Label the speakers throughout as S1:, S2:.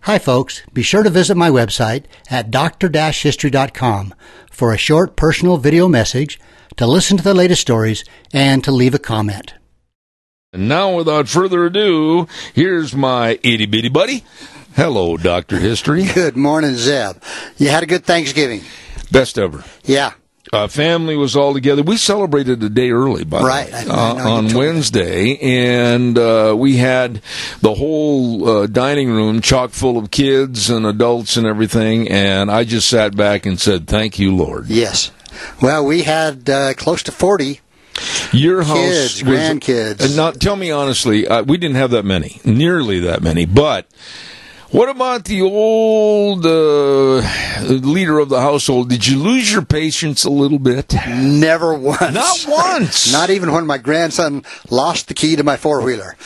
S1: Hi, folks. Be sure to visit my website at dr-history.com for a short personal video message, to listen to the latest stories, and to leave a comment.
S2: And now, without further ado, here's my itty bitty buddy. Hello, Dr. History.
S1: Good morning, Zeb. You had a good Thanksgiving.
S2: Best ever.
S1: Yeah.
S2: Uh, family was all together. We celebrated a day early, by
S1: Right.
S2: the
S1: I- I
S2: way,
S1: know you
S2: uh,
S1: told
S2: on
S1: me.
S2: Wednesday, and uh, we had the whole uh, dining room chock full of kids and adults and everything. And I just sat back and said, "Thank you, Lord."
S1: Yes. Well, we had uh, close to 40.
S2: Your house,
S1: Kids,
S2: was-
S1: grandkids.
S2: And not tell me honestly, uh, we didn't have that many, nearly that many. But what about the old uh, leader of the household? Did you lose your patience a little bit?
S1: Never once.
S2: Not once.
S1: Not even when my grandson lost the key to my four wheeler.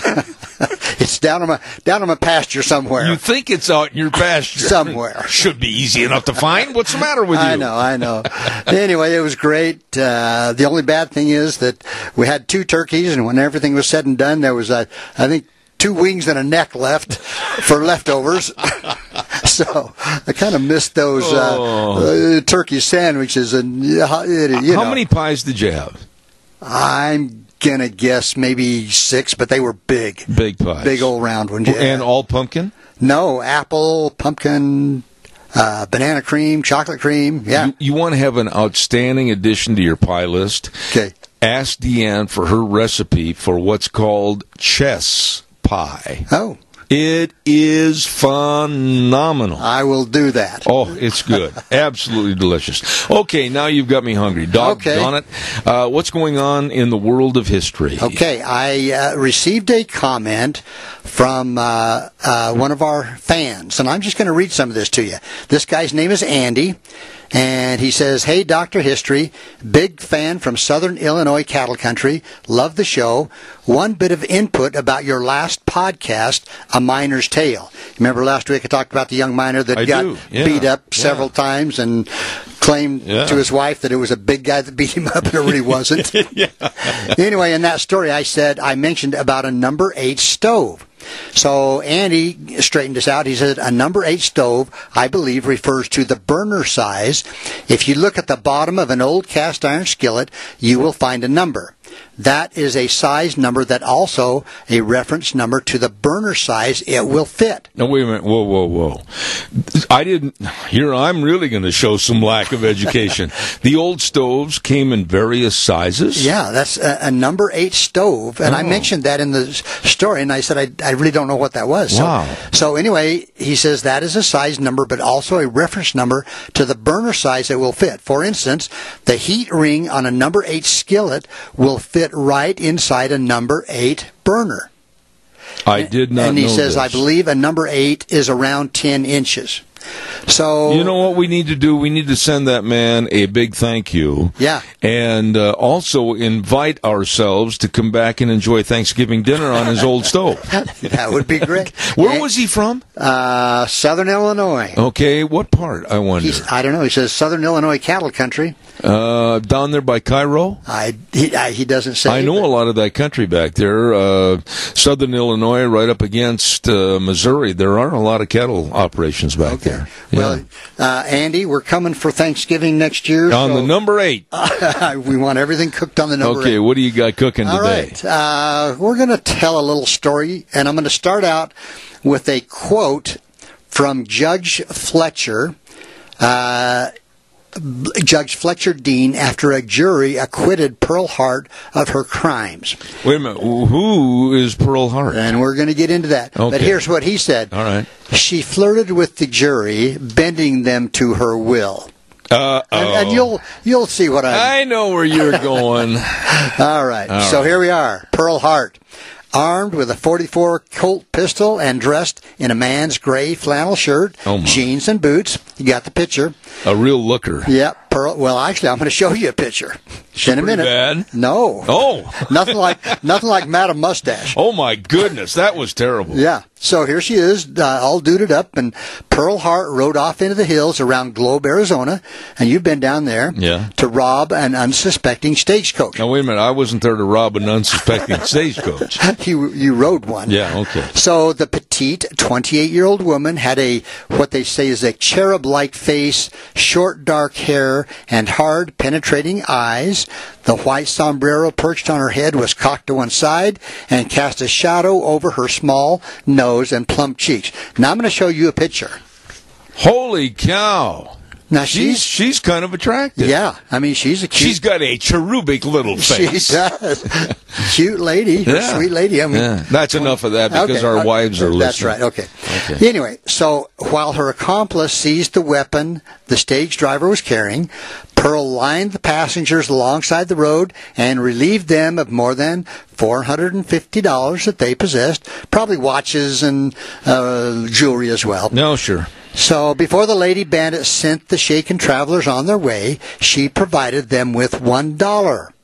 S1: it's down on my down on my pasture somewhere.
S2: You think it's out in your pasture
S1: Somewhere.
S2: Should be easy enough to find. What's the matter with you?
S1: I know, I know. anyway, it was great. Uh, the only bad thing is that we had two turkeys, and when everything was said and done, there was, uh, I think, two wings and a neck left for leftovers. so I kind of missed those uh, uh, turkey sandwiches. And uh, how- it- you
S2: Oh. How
S1: know.
S2: many pies did you have?
S1: I'm gonna guess maybe six, but they were big,
S2: Big pies.
S1: big old round ones. yeah.
S2: And all pumpkin.
S1: no apple, pumpkin, uh, banana cream, chocolate cream. Yeah.
S2: You, you want to have an outstanding addition to your pie list.
S1: okay.
S2: ask Deanne for her recipe for what's called chess pie.
S1: Oh,
S2: It is phenomenal.
S1: I will do that.
S2: Oh, it's good. Absolutely delicious. Okay, now you've got me hungry.
S1: Okay.
S2: Doggone it. Uh, what's going on in the world of history?
S1: Okay, I uh, received a comment from uh, uh, one of our fans, and I'm just going to read some of this to you. This guy's name is Andy, and he says, Hey, Dr. History, big fan from southern Illinois cattle country. Love the show. One bit of input about your last podcast, A Miner's Tale. Remember last week I talked about the young miner that
S2: I
S1: got
S2: do, yeah,
S1: beat up
S2: yeah.
S1: several times and claimed
S2: Yeah.
S1: to his wife that it was a big guy that beat him up, and it really wasn't. anyway, in that story, I said I mentioned about a number eight stove. So Andy straightened us out. He said a number eight stove, I believe, refers to the burner size. If you look at the bottom of an old cast iron skillet, you will find a number. That is a size number that also a reference number to the burner size it will fit.
S2: Now wait a minute. Whoa, whoa, whoa. I didn't. Here, I'm really going to show some lack of education. the old stoves came in various sizes.
S1: Yeah, that's a, a number eight stove, and I
S2: Oh.
S1: mentioned that in the s- story, and I said I, I really don't know what that was. So,
S2: Wow.
S1: So anyway, he says that is a size number, but also a reference number to the burner size that will fit. For instance, the heat ring on a number eight skillet will fit right inside a number eight burner.
S2: I did not.
S1: and he
S2: know
S1: says,
S2: this.
S1: I believe a number eight is around ten inches. So
S2: You know what we need to do? We need to send that man a big thank you.
S1: Yeah.
S2: And uh, also invite ourselves to come back and enjoy Thanksgiving dinner on his old stove.
S1: that would be great. Eh,
S2: Where was Oh, he from?
S1: uh, Southern Illinois?
S2: Okay, what part, I wonder?
S1: He's, I don't know. He says Southern Illinois cattle country.
S2: Uh, down there by Cairo?
S1: I he, I, he doesn't say.
S2: I know a
S1: but-
S2: lot of that country back there. Uh, Southern Illinois, right up against uh, Missouri. There are a lot of cattle operations back there.
S1: Well, uh, Andy, we're coming for Thanksgiving next year.
S2: on
S1: so,
S2: the number eight.
S1: we want everything cooked on the number.
S2: Okay,
S1: eight.
S2: what do you got cooking
S1: All
S2: today?
S1: right. Uh, we're going to tell a little story, and I'm going to start out with a quote from Judge Fletcher. Uh, Judge Fletcher Dean, after a jury acquitted Pearl Hart of her crimes.
S2: Wait a minute. Who is Pearl Hart?
S1: And we're going to get into that. But
S2: Okay.
S1: here's what he said.
S2: All right.
S1: She flirted with the jury, bending them to her will.
S2: Uh,
S1: And, and you'll you'll see what I.
S2: I know where you're going.
S1: All right. so
S2: right.
S1: here we are, Pearl Hart, armed with a 44 Colt pistol and dressed in a man's gray flannel shirt,
S2: Oh, my.
S1: jeans and boots. You got the picture.
S2: A real looker.
S1: Yeah, Pearl. Well, actually, I'm going to show you a picture in a minute.
S2: bad.
S1: No.
S2: Oh,
S1: nothing like nothing like Madam Mustache.
S2: oh my goodness, that was terrible.
S1: Yeah. So here she is, uh, all duded up, and Pearl Hart rode off into the hills around Globe, Arizona, and you've been down there
S2: Yeah.
S1: to rob an unsuspecting stagecoach.
S2: Now wait a minute, I wasn't there to rob an unsuspecting stagecoach.
S1: you you rode one.
S2: Yeah, okay.
S1: So the petite petite 28 year old woman had a what they say is a cherub like face, short dark hair, and hard penetrating eyes. The white sombrero perched on her head was cocked to one side and cast a shadow over her small nose and plump cheeks. Now I'm going to show you a picture.
S2: Holy cow!
S1: Now
S2: She's
S1: she's
S2: she's kind of attractive.
S1: yeah, I mean she's a cute
S2: She's got a cherubic little face.
S1: She does. Cute lady,
S2: Yeah.
S1: sweet lady. I mean,
S2: Yeah. That's enough of that because
S1: Okay,
S2: our
S1: okay.
S2: wives are listening.
S1: That's right. Okay. Anyway, so while her accomplice seized the weapon the stage driver was carrying, Pearl lined the passengers alongside the road and relieved them of more than $450 that they possessed, probably watches and uh, jewelry as well.
S2: No, sure.
S1: So before the lady bandit sent the shaken travelers on their way, she provided them with one dollar.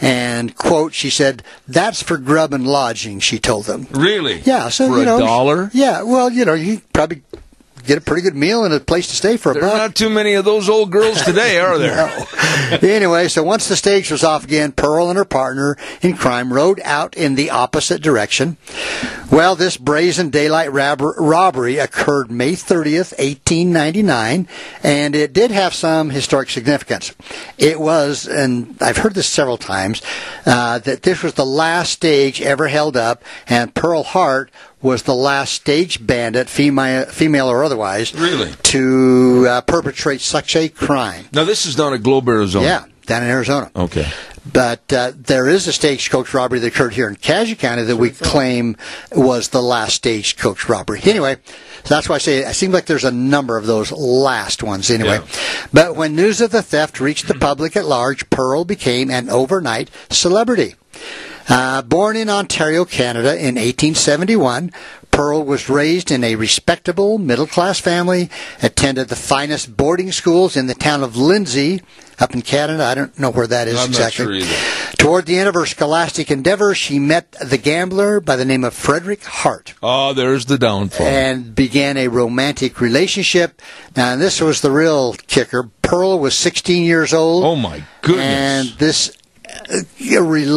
S1: And quote, she said, "That's for grub and lodging." She told them.
S2: Really?
S1: Yeah, so
S2: for
S1: you know,
S2: a dollar.
S1: Yeah, well, you know, you probably get a pretty good meal and a place to stay for a
S2: There are
S1: buck.
S2: not too many of those old girls today, are there?
S1: anyway, so once the stage was off again, Pearl and her partner in crime rode out in the opposite direction. Well, this brazen daylight rob- robbery occurred May 30th, 1899, and it did have some historic significance. It was, and I've heard this several times, uh, that this was the last stage ever held up, and Pearl Hart was the last stage bandit, female, female or otherwise,
S2: Really?
S1: to uh, perpetrate such a crime.
S2: Now this is down at Globe, Arizona.
S1: Yeah, down in Arizona.
S2: Okay.
S1: But uh, there is a stagecoach robbery that occurred here in Cache County that we claim was the last stagecoach robbery. Anyway, so that's why I say it seems like there's a number of those last ones anyway. But when news of the theft reached the public at large, Pearl became an overnight celebrity. Uh, born in Ontario, Canada in 1871, Pearl was raised in a respectable middle class family, attended the finest boarding schools in the town of Lindsay, up in Canada. I don't know where that is
S2: I'm not
S1: exactly.
S2: sure either.
S1: Toward the end of her scholastic endeavor, she met the gambler by the name of Frederick Hart
S2: Oh, there's the downfall.
S1: and began a romantic relationship. Now, this was the real kicker. Pearl was 16 years old.
S2: oh my goodness.
S1: And this uh,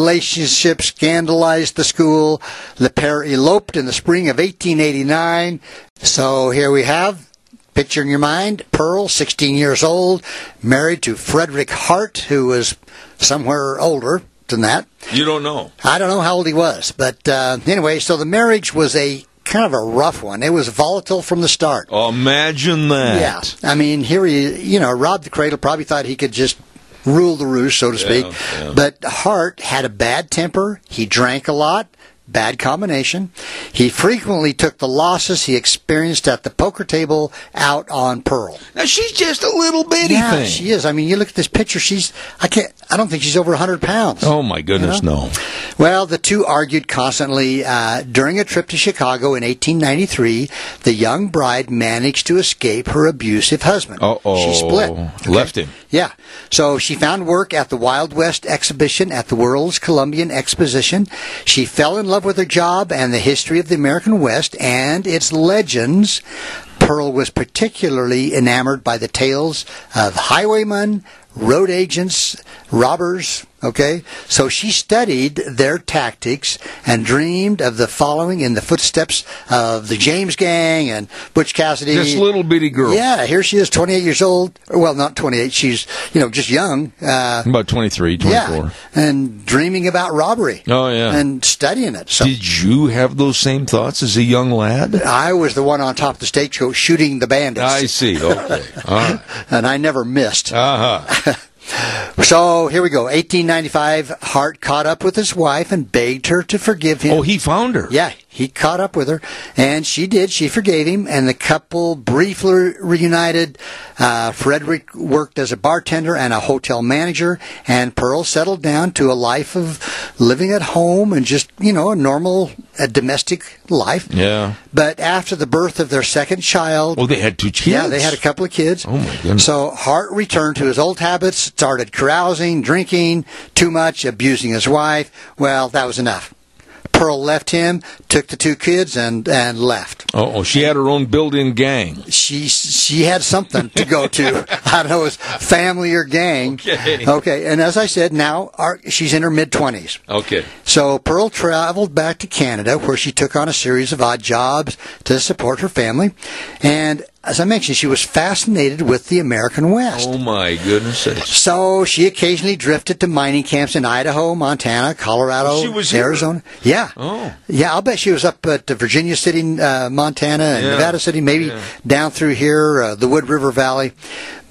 S1: relationship scandalized the school. The pair eloped in the spring of 1889. So here we have. Picture in your mind, Pearl, 16 years old, married to Frederick Hart, who was somewhere older than that.
S2: you don't know.
S1: I don't know how old he was, but uh, anyway, so the marriage was a kind of a rough one. It was volatile from the start.
S2: Imagine
S1: Yeah,
S2: that.
S1: I mean, here he, you know, Rob the Cradle probably thought he could just rule the roost, so to speak.
S2: yeah.
S1: But Hart had a bad temper. He drank a lot. Bad combination. He frequently took the losses he experienced at the poker table out on Pearl.
S2: Now she's just a little bitty
S1: yeah,
S2: thing.
S1: she is. I mean, you look at this picture. She's. I can't. I don't think she's over 100 pounds.
S2: oh my goodness, no.
S1: Well, the two argued constantly. Uh, during a trip to Chicago in 1893, the young bride managed to escape her abusive husband.
S2: Uh oh.
S1: She split.
S2: Left him.
S1: Yeah. So she found work at the Wild West exhibition at the World's Columbian Exposition. She fell in love with her job and the history of the American West and its legends. Pearl was particularly enamored by the tales of highwaymen, road agents, robbers, okay? So she studied their tactics and dreamed of the following in the footsteps of the James Gang and Butch Cassidy.
S2: This little bitty girl.
S1: Yeah, here she is, 28 years old. Or, Well, not 28. She's, you know, just young. Uh,
S2: About 23, 24.
S1: yeah. And dreaming about robbery.
S2: Oh, yeah.
S1: And studying it. So
S2: Did you have those same thoughts as a young lad?
S1: I was the one on top of the stagecoach shooting the bandits.
S2: I see. Okay. All right.
S1: and I never missed.
S2: Uh-huh.
S1: So here we go. 1895, Hart caught up with his wife and begged her to forgive him.
S2: Oh, he found her.
S1: Yeah, he caught up with her, and she did. She forgave him, and the couple briefly reunited. Uh, Frederick worked as a bartender and a hotel manager, and Pearl settled down to a life of living at home and just, you know, a normal a domestic life.
S2: Yeah.
S1: But after the birth of their second child,
S2: Oh, they had two kids.
S1: yeah, they had a couple of kids.
S2: Oh, my goodness.
S1: So Hart returned to his old habits, started carousing, drinking too much, abusing his wife. Well, that was enough. Pearl left him, took the two kids, and and left.
S2: Oh, she had her own built-in gang.
S1: She she had something to go to. I don't know, it was family or gang.
S2: Okay.
S1: Okay. And as I said, now our, she's in her mid twenties.
S2: Okay.
S1: So Pearl traveled back to Canada, where she took on a series of odd jobs to support her family, and as I mentioned, she was fascinated with the American West.
S2: Oh my goodness. sakes.
S1: So she occasionally drifted to mining camps in Idaho, Montana, Colorado,
S2: She was here.
S1: Arizona. Yeah.
S2: Oh.
S1: Yeah, I'll bet she was up at uh, Virginia City, uh, Montana, and
S2: Yeah.
S1: Nevada City, maybe
S2: Yeah.
S1: down through here, uh, the Wood River Valley.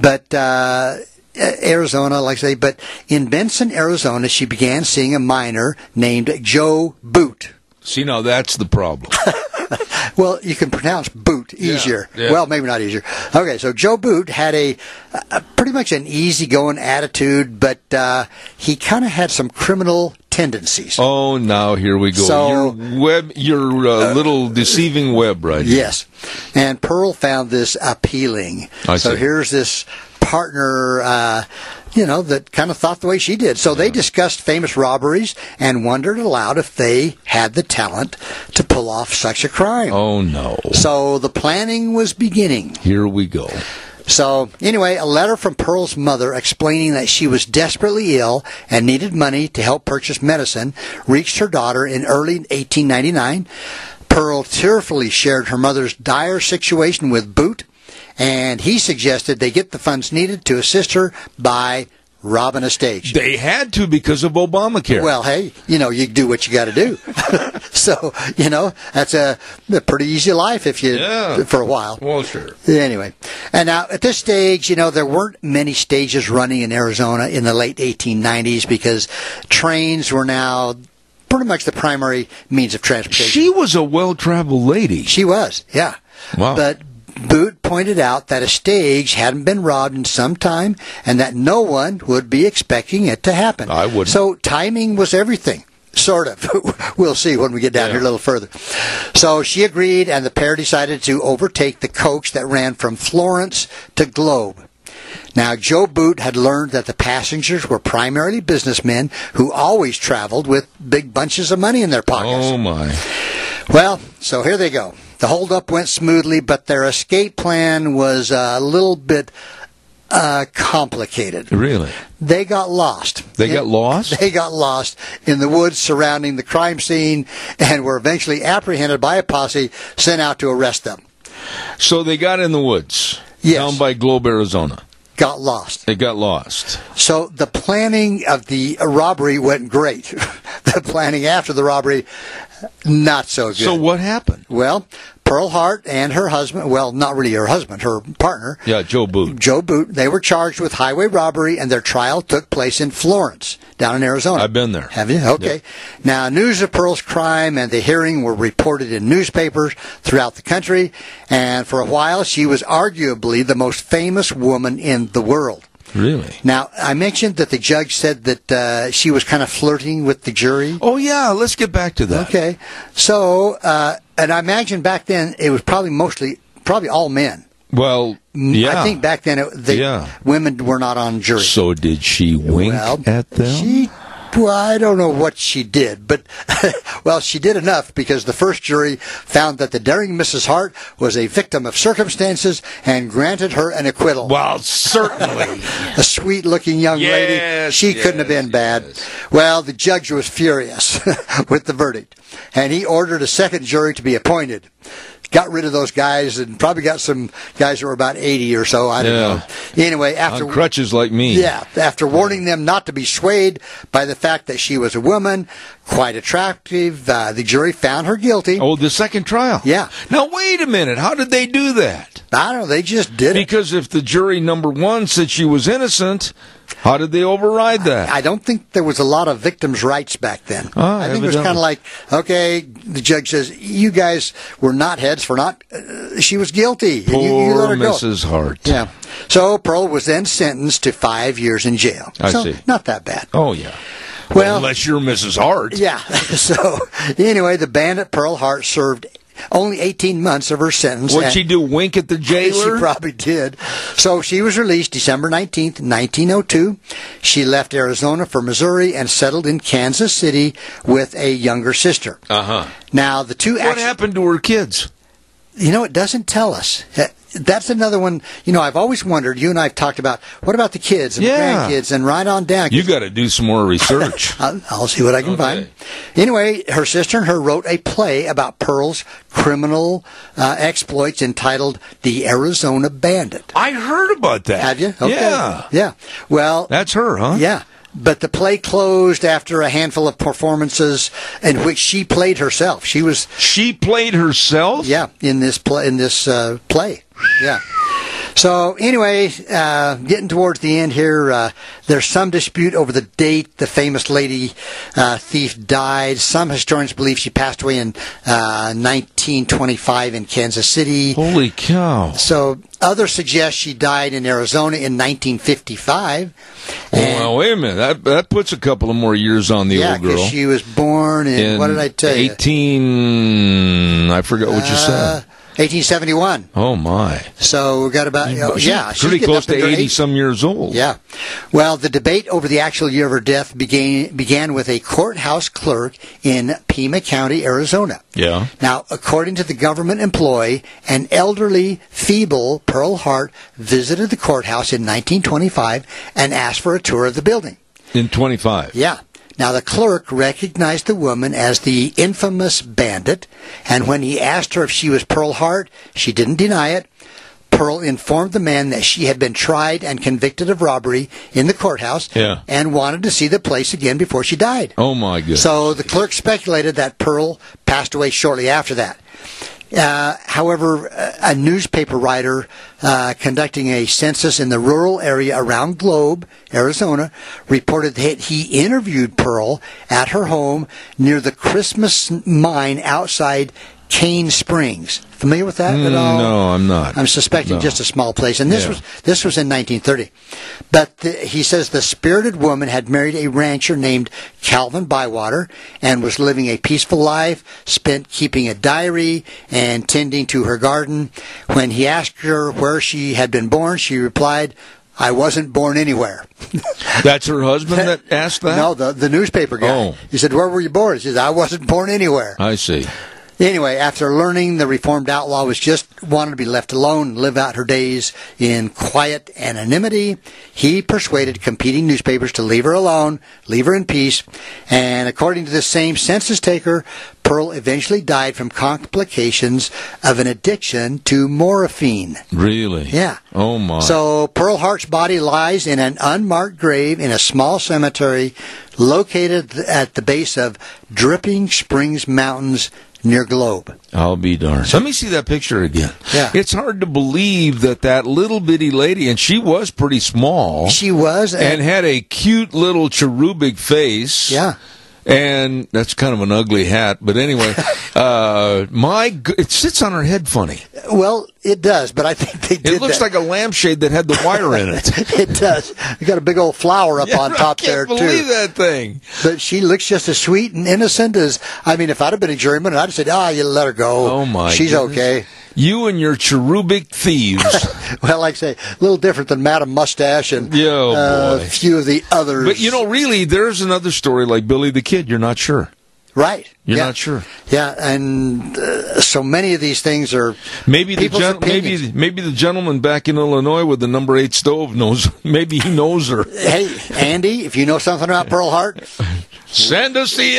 S1: But uh, A- Arizona, like I say, but in Benson, Arizona, she began seeing a miner named Joe Boot.
S2: See now that's the problem.
S1: Well, you can pronounce boot easier.
S2: yeah.
S1: Well, maybe not easier. Okay, so Joe Boot had a, a pretty much an easygoing attitude, but uh, he kind of had some criminal tendencies.
S2: Oh, now here we go.
S1: So-
S2: your web, your uh, little deceiving web, right? here.
S1: Yes, and Pearl found this appealing.
S2: I
S1: so
S2: see.
S1: here's this partner, uh, you know, that kind of thought the way she did. So they discussed famous robberies and wondered aloud if they had the talent to pull off such a crime.
S2: Oh no.
S1: So the planning was beginning.
S2: Here we go.
S1: So, anyway, a letter from Pearl's mother explaining that she was desperately ill and needed money to help purchase medicine reached her daughter in early 1899. Pearl tearfully shared her mother's dire situation with Boot, and he suggested they get the funds needed to assist her by robbing a stage.
S2: They had to because of Obamacare.
S1: Well, hey, you know, you do what you got to do. so, you know, that's a, a pretty easy life if you
S2: Yeah.
S1: for a while.
S2: well, sure.
S1: Anyway, and now at this stage, you know, there weren't many stages running in Arizona in the late 1890s because trains were now pretty much the primary means of transportation.
S2: She was a well-traveled lady.
S1: She was, yeah.
S2: Wow.
S1: But Boot pointed out that a stage hadn't been robbed in some time and that no one would be expecting it to happen.
S2: I wouldn't.
S1: So timing was everything. Sort of. we'll see when we get down here a little further. So she agreed, and the pair decided to overtake the coach that ran from Florence to Globe. Now, Joe Boot had learned that the passengers were primarily businessmen who always traveled with big bunches of money in their pockets.
S2: Oh my.
S1: Well, so here they go. The holdup went smoothly, but their escape plan was a little bit uh, complicated.
S2: Really?
S1: They got lost.
S2: They got lost?
S1: They got lost in the woods surrounding the crime scene and were eventually apprehended by a posse sent out to arrest them.
S2: So they got in the woods.
S1: Yes.
S2: Down by Globe, Arizona.
S1: Got lost.
S2: They got lost.
S1: So the planning of the robbery went great. the planning after the robbery, not so good.
S2: So what happened?
S1: well, Pearl Hart and her husband, well, not really her husband, her partner,
S2: Yeah, Joe Boot.
S1: Joe Boot. They were charged with highway robbery, and their trial took place in Florence, down in Arizona.
S2: I've been there.
S1: Have you? Okay. Now, news of Pearl's crime and the hearing were reported in newspapers throughout the country, and for a while, she was arguably the most famous woman in the world.
S2: Really?
S1: Now, I mentioned that the judge said that uh, she was kind of flirting with the jury.
S2: Oh yeah, let's get back to that.
S1: Okay. So, uh, and I imagine back then it was probably mostly, probably all men.
S2: Well, yeah.
S1: I think back then it, the
S2: Yeah.
S1: women were not on jury.
S2: So did she wink
S1: well,
S2: at them?
S1: She, well, I don't know what she did, but well, she did enough because the first jury found that the daring Mrs. Hart was a victim of circumstances and granted her an acquittal.
S2: Well, certainly.
S1: A sweet-looking young lady.
S2: Yes,
S1: She couldn't have
S2: yes,
S1: been bad.
S2: yes.
S1: Well, the judge was furious with the verdict, and he ordered a second jury to be appointed. Got rid of those guys and probably got some guys that were about 80 or so. I don't
S2: Yeah.
S1: know. Anyway, after
S2: On crutches like me.
S1: yeah, after warning them not to be swayed by the fact that she was a woman, quite attractive, uh, the jury found her guilty.
S2: Oh, the second trial.
S1: Yeah.
S2: Now wait a minute. How did they do that?
S1: I don't know, they just did it.
S2: Because if the jury number one said she was innocent, how did they override that?
S1: I don't think there was a lot of victims' rights back then.
S2: Ah,
S1: I think it was kind of like, okay, the judge says, you guys were not heads for not, uh, she was guilty. and
S2: Poor
S1: you, you let her go.
S2: Mrs. Hart.
S1: Yeah. So Pearl was then sentenced to five years in jail.
S2: I
S1: so,
S2: see.
S1: Not that bad.
S2: Oh yeah.
S1: Well-
S2: unless you're Mrs. Hart.
S1: Yeah. So anyway, the band at Pearl Hart served only 18 months of her sentence.
S2: What'd
S1: and-
S2: she do? Wink at the jailer?
S1: She probably did. So she was released December 19th, 1902. She left Arizona for Missouri and settled in Kansas City with a younger sister.
S2: uh huh.
S1: Now, the two
S2: What
S1: actu-
S2: happened to her kids?
S1: you know, it doesn't tell us. That- That's another one. You know, I've always wondered. You and I have talked about what about the kids and
S2: Yeah.
S1: the grandkids, and right on down.
S2: You got to do some more research.
S1: I'll, I'll see what I can
S2: Okay.
S1: find. Anyway, her sister and her wrote a play about Pearl's criminal uh, exploits entitled "The Arizona Bandit."
S2: I heard about that.
S1: Have you? Okay.
S2: Yeah.
S1: Yeah. Well,
S2: That's her, huh?
S1: yeah. But the play closed after a handful of performances in which she played herself. She was
S2: She played herself?
S1: yeah, in this play, in this uh, play, yeah. So anyway, uh, getting towards the end here, uh, there's some dispute over the date the famous lady uh, thief died. Some historians believe she passed away in uh, 1925 in Kansas City.
S2: Holy cow.
S1: So others suggest she died in Arizona in 1955. And-
S2: Well, wait a minute. That, that puts a couple of more years on the
S1: yeah,
S2: old girl.
S1: because she was born in,
S2: In
S1: what did I tell you?
S2: 18. I forgot what you
S1: Uh,
S2: said.
S1: 1871.
S2: Oh, my.
S1: So we've got about oh,
S2: She's
S1: yeah, she's
S2: pretty
S1: getting
S2: close
S1: up in
S2: to
S1: her
S2: 80
S1: eight-
S2: some years old.
S1: Yeah. Well, the debate over the actual year of her death began began with a courthouse clerk in Pima County, Arizona.
S2: Yeah.
S1: Now, according to the government employee, an elderly, feeble Pearl Hart visited the courthouse in 1925 and asked for a tour of the building.
S2: In 25.
S1: Yeah. Now, the clerk recognized the woman as the infamous bandit, and when he asked her if she was Pearl Hart, she didn't deny it. Pearl informed the man that she had been tried and convicted of robbery in the courthouse
S2: Yeah.
S1: and wanted to see the place again before she died.
S2: Oh, my goodness.
S1: So the clerk speculated that Pearl passed away shortly after that. Uh, however, a- a newspaper writer uh, conducting a census in the rural area around Globe, Arizona, reported that he interviewed Pearl at her home near the Christmas mine outside Cane Springs. Familiar with that at all?
S2: Mm, no, I'm not.
S1: I'm suspecting
S2: No.
S1: just a small place, and this
S2: Yeah.
S1: was this was in 1930. But the, he says the spirited woman had married a rancher named Calvin Bywater and was living a peaceful life, spent keeping a diary and tending to her garden. When he asked her where she had been born, she replied, "I wasn't born anywhere."
S2: That's her husband that asked that?
S1: No, the the newspaper guy.
S2: Oh.
S1: He said, "Where were you born?" She said, "I wasn't born anywhere."
S2: I see.
S1: Anyway, after learning the reformed outlaw was just wanted to be left alone and live out her days in quiet anonymity, he persuaded competing newspapers to leave her alone, leave her in peace, and according to the same census taker, Pearl eventually died from complications of an addiction to morphine.
S2: Really?
S1: Yeah.
S2: Oh, my.
S1: So Pearl Hart's body lies in an unmarked grave in a small cemetery located at the base of Dripping Springs Mountains near Globe.
S2: I'll be darned. Let me see that picture again.
S1: Yeah.
S2: It's hard to believe that that little bitty lady, and she was pretty small,
S1: She was,
S2: and
S1: and,
S2: had a cute little cherubic face.
S1: Yeah.
S2: And that's kind of an ugly hat, but anyway, uh, my g- it sits on her head funny.
S1: well, it does. But I think they did.
S2: It looks
S1: that.
S2: like a lampshade that had the wire in it.
S1: it does. You got a big old flower up on top
S2: I can't
S1: there
S2: believe
S1: too.
S2: that thing.
S1: But she looks just as sweet and innocent as. I mean, if I'd have been a juryman, I'd have said, "Ah, you let her go.
S2: Oh my!
S1: she's
S2: goodness.
S1: okay."
S2: You and your cherubic thieves.
S1: Well, like I say, a little different than Madame Mustache and
S2: Yeah, oh,
S1: uh,
S2: boy.
S1: a few of the others.
S2: but you know, really, there's another story like Billy the Kid. You're not sure.
S1: right?
S2: You're
S1: yeah.
S2: not sure.
S1: Yeah, and uh, so many of these things are.
S2: Maybe the
S1: People's
S2: gen- maybe
S1: opinions.
S2: maybe the gentleman back in Illinois with the number eight stove knows. Maybe he knows her.
S1: Hey, Andy, if you know something about Pearl Hart,
S2: Send us the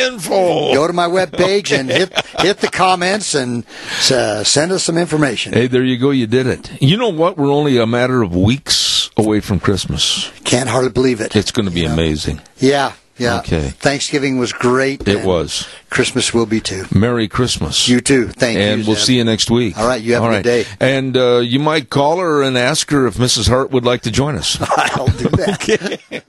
S2: info.
S1: go to my webpage and hit hit the comments and uh, send us some information.
S2: Hey, there you go. You did it. You know what? We're only a matter of weeks away from Christmas.
S1: Can't hardly believe it.
S2: It's going to be amazing.
S1: Yeah, yeah.
S2: Okay.
S1: Thanksgiving was great.
S2: It
S1: and
S2: was.
S1: Christmas will be too.
S2: Merry Christmas.
S1: You too. Thank you.
S2: and we'll
S1: Zeb.
S2: see you next week.
S1: All right, you have a
S2: All
S1: good
S2: right.
S1: day.
S2: And uh, you might call her and ask her if Mrs. Hart would like to join us.
S1: I'll do that.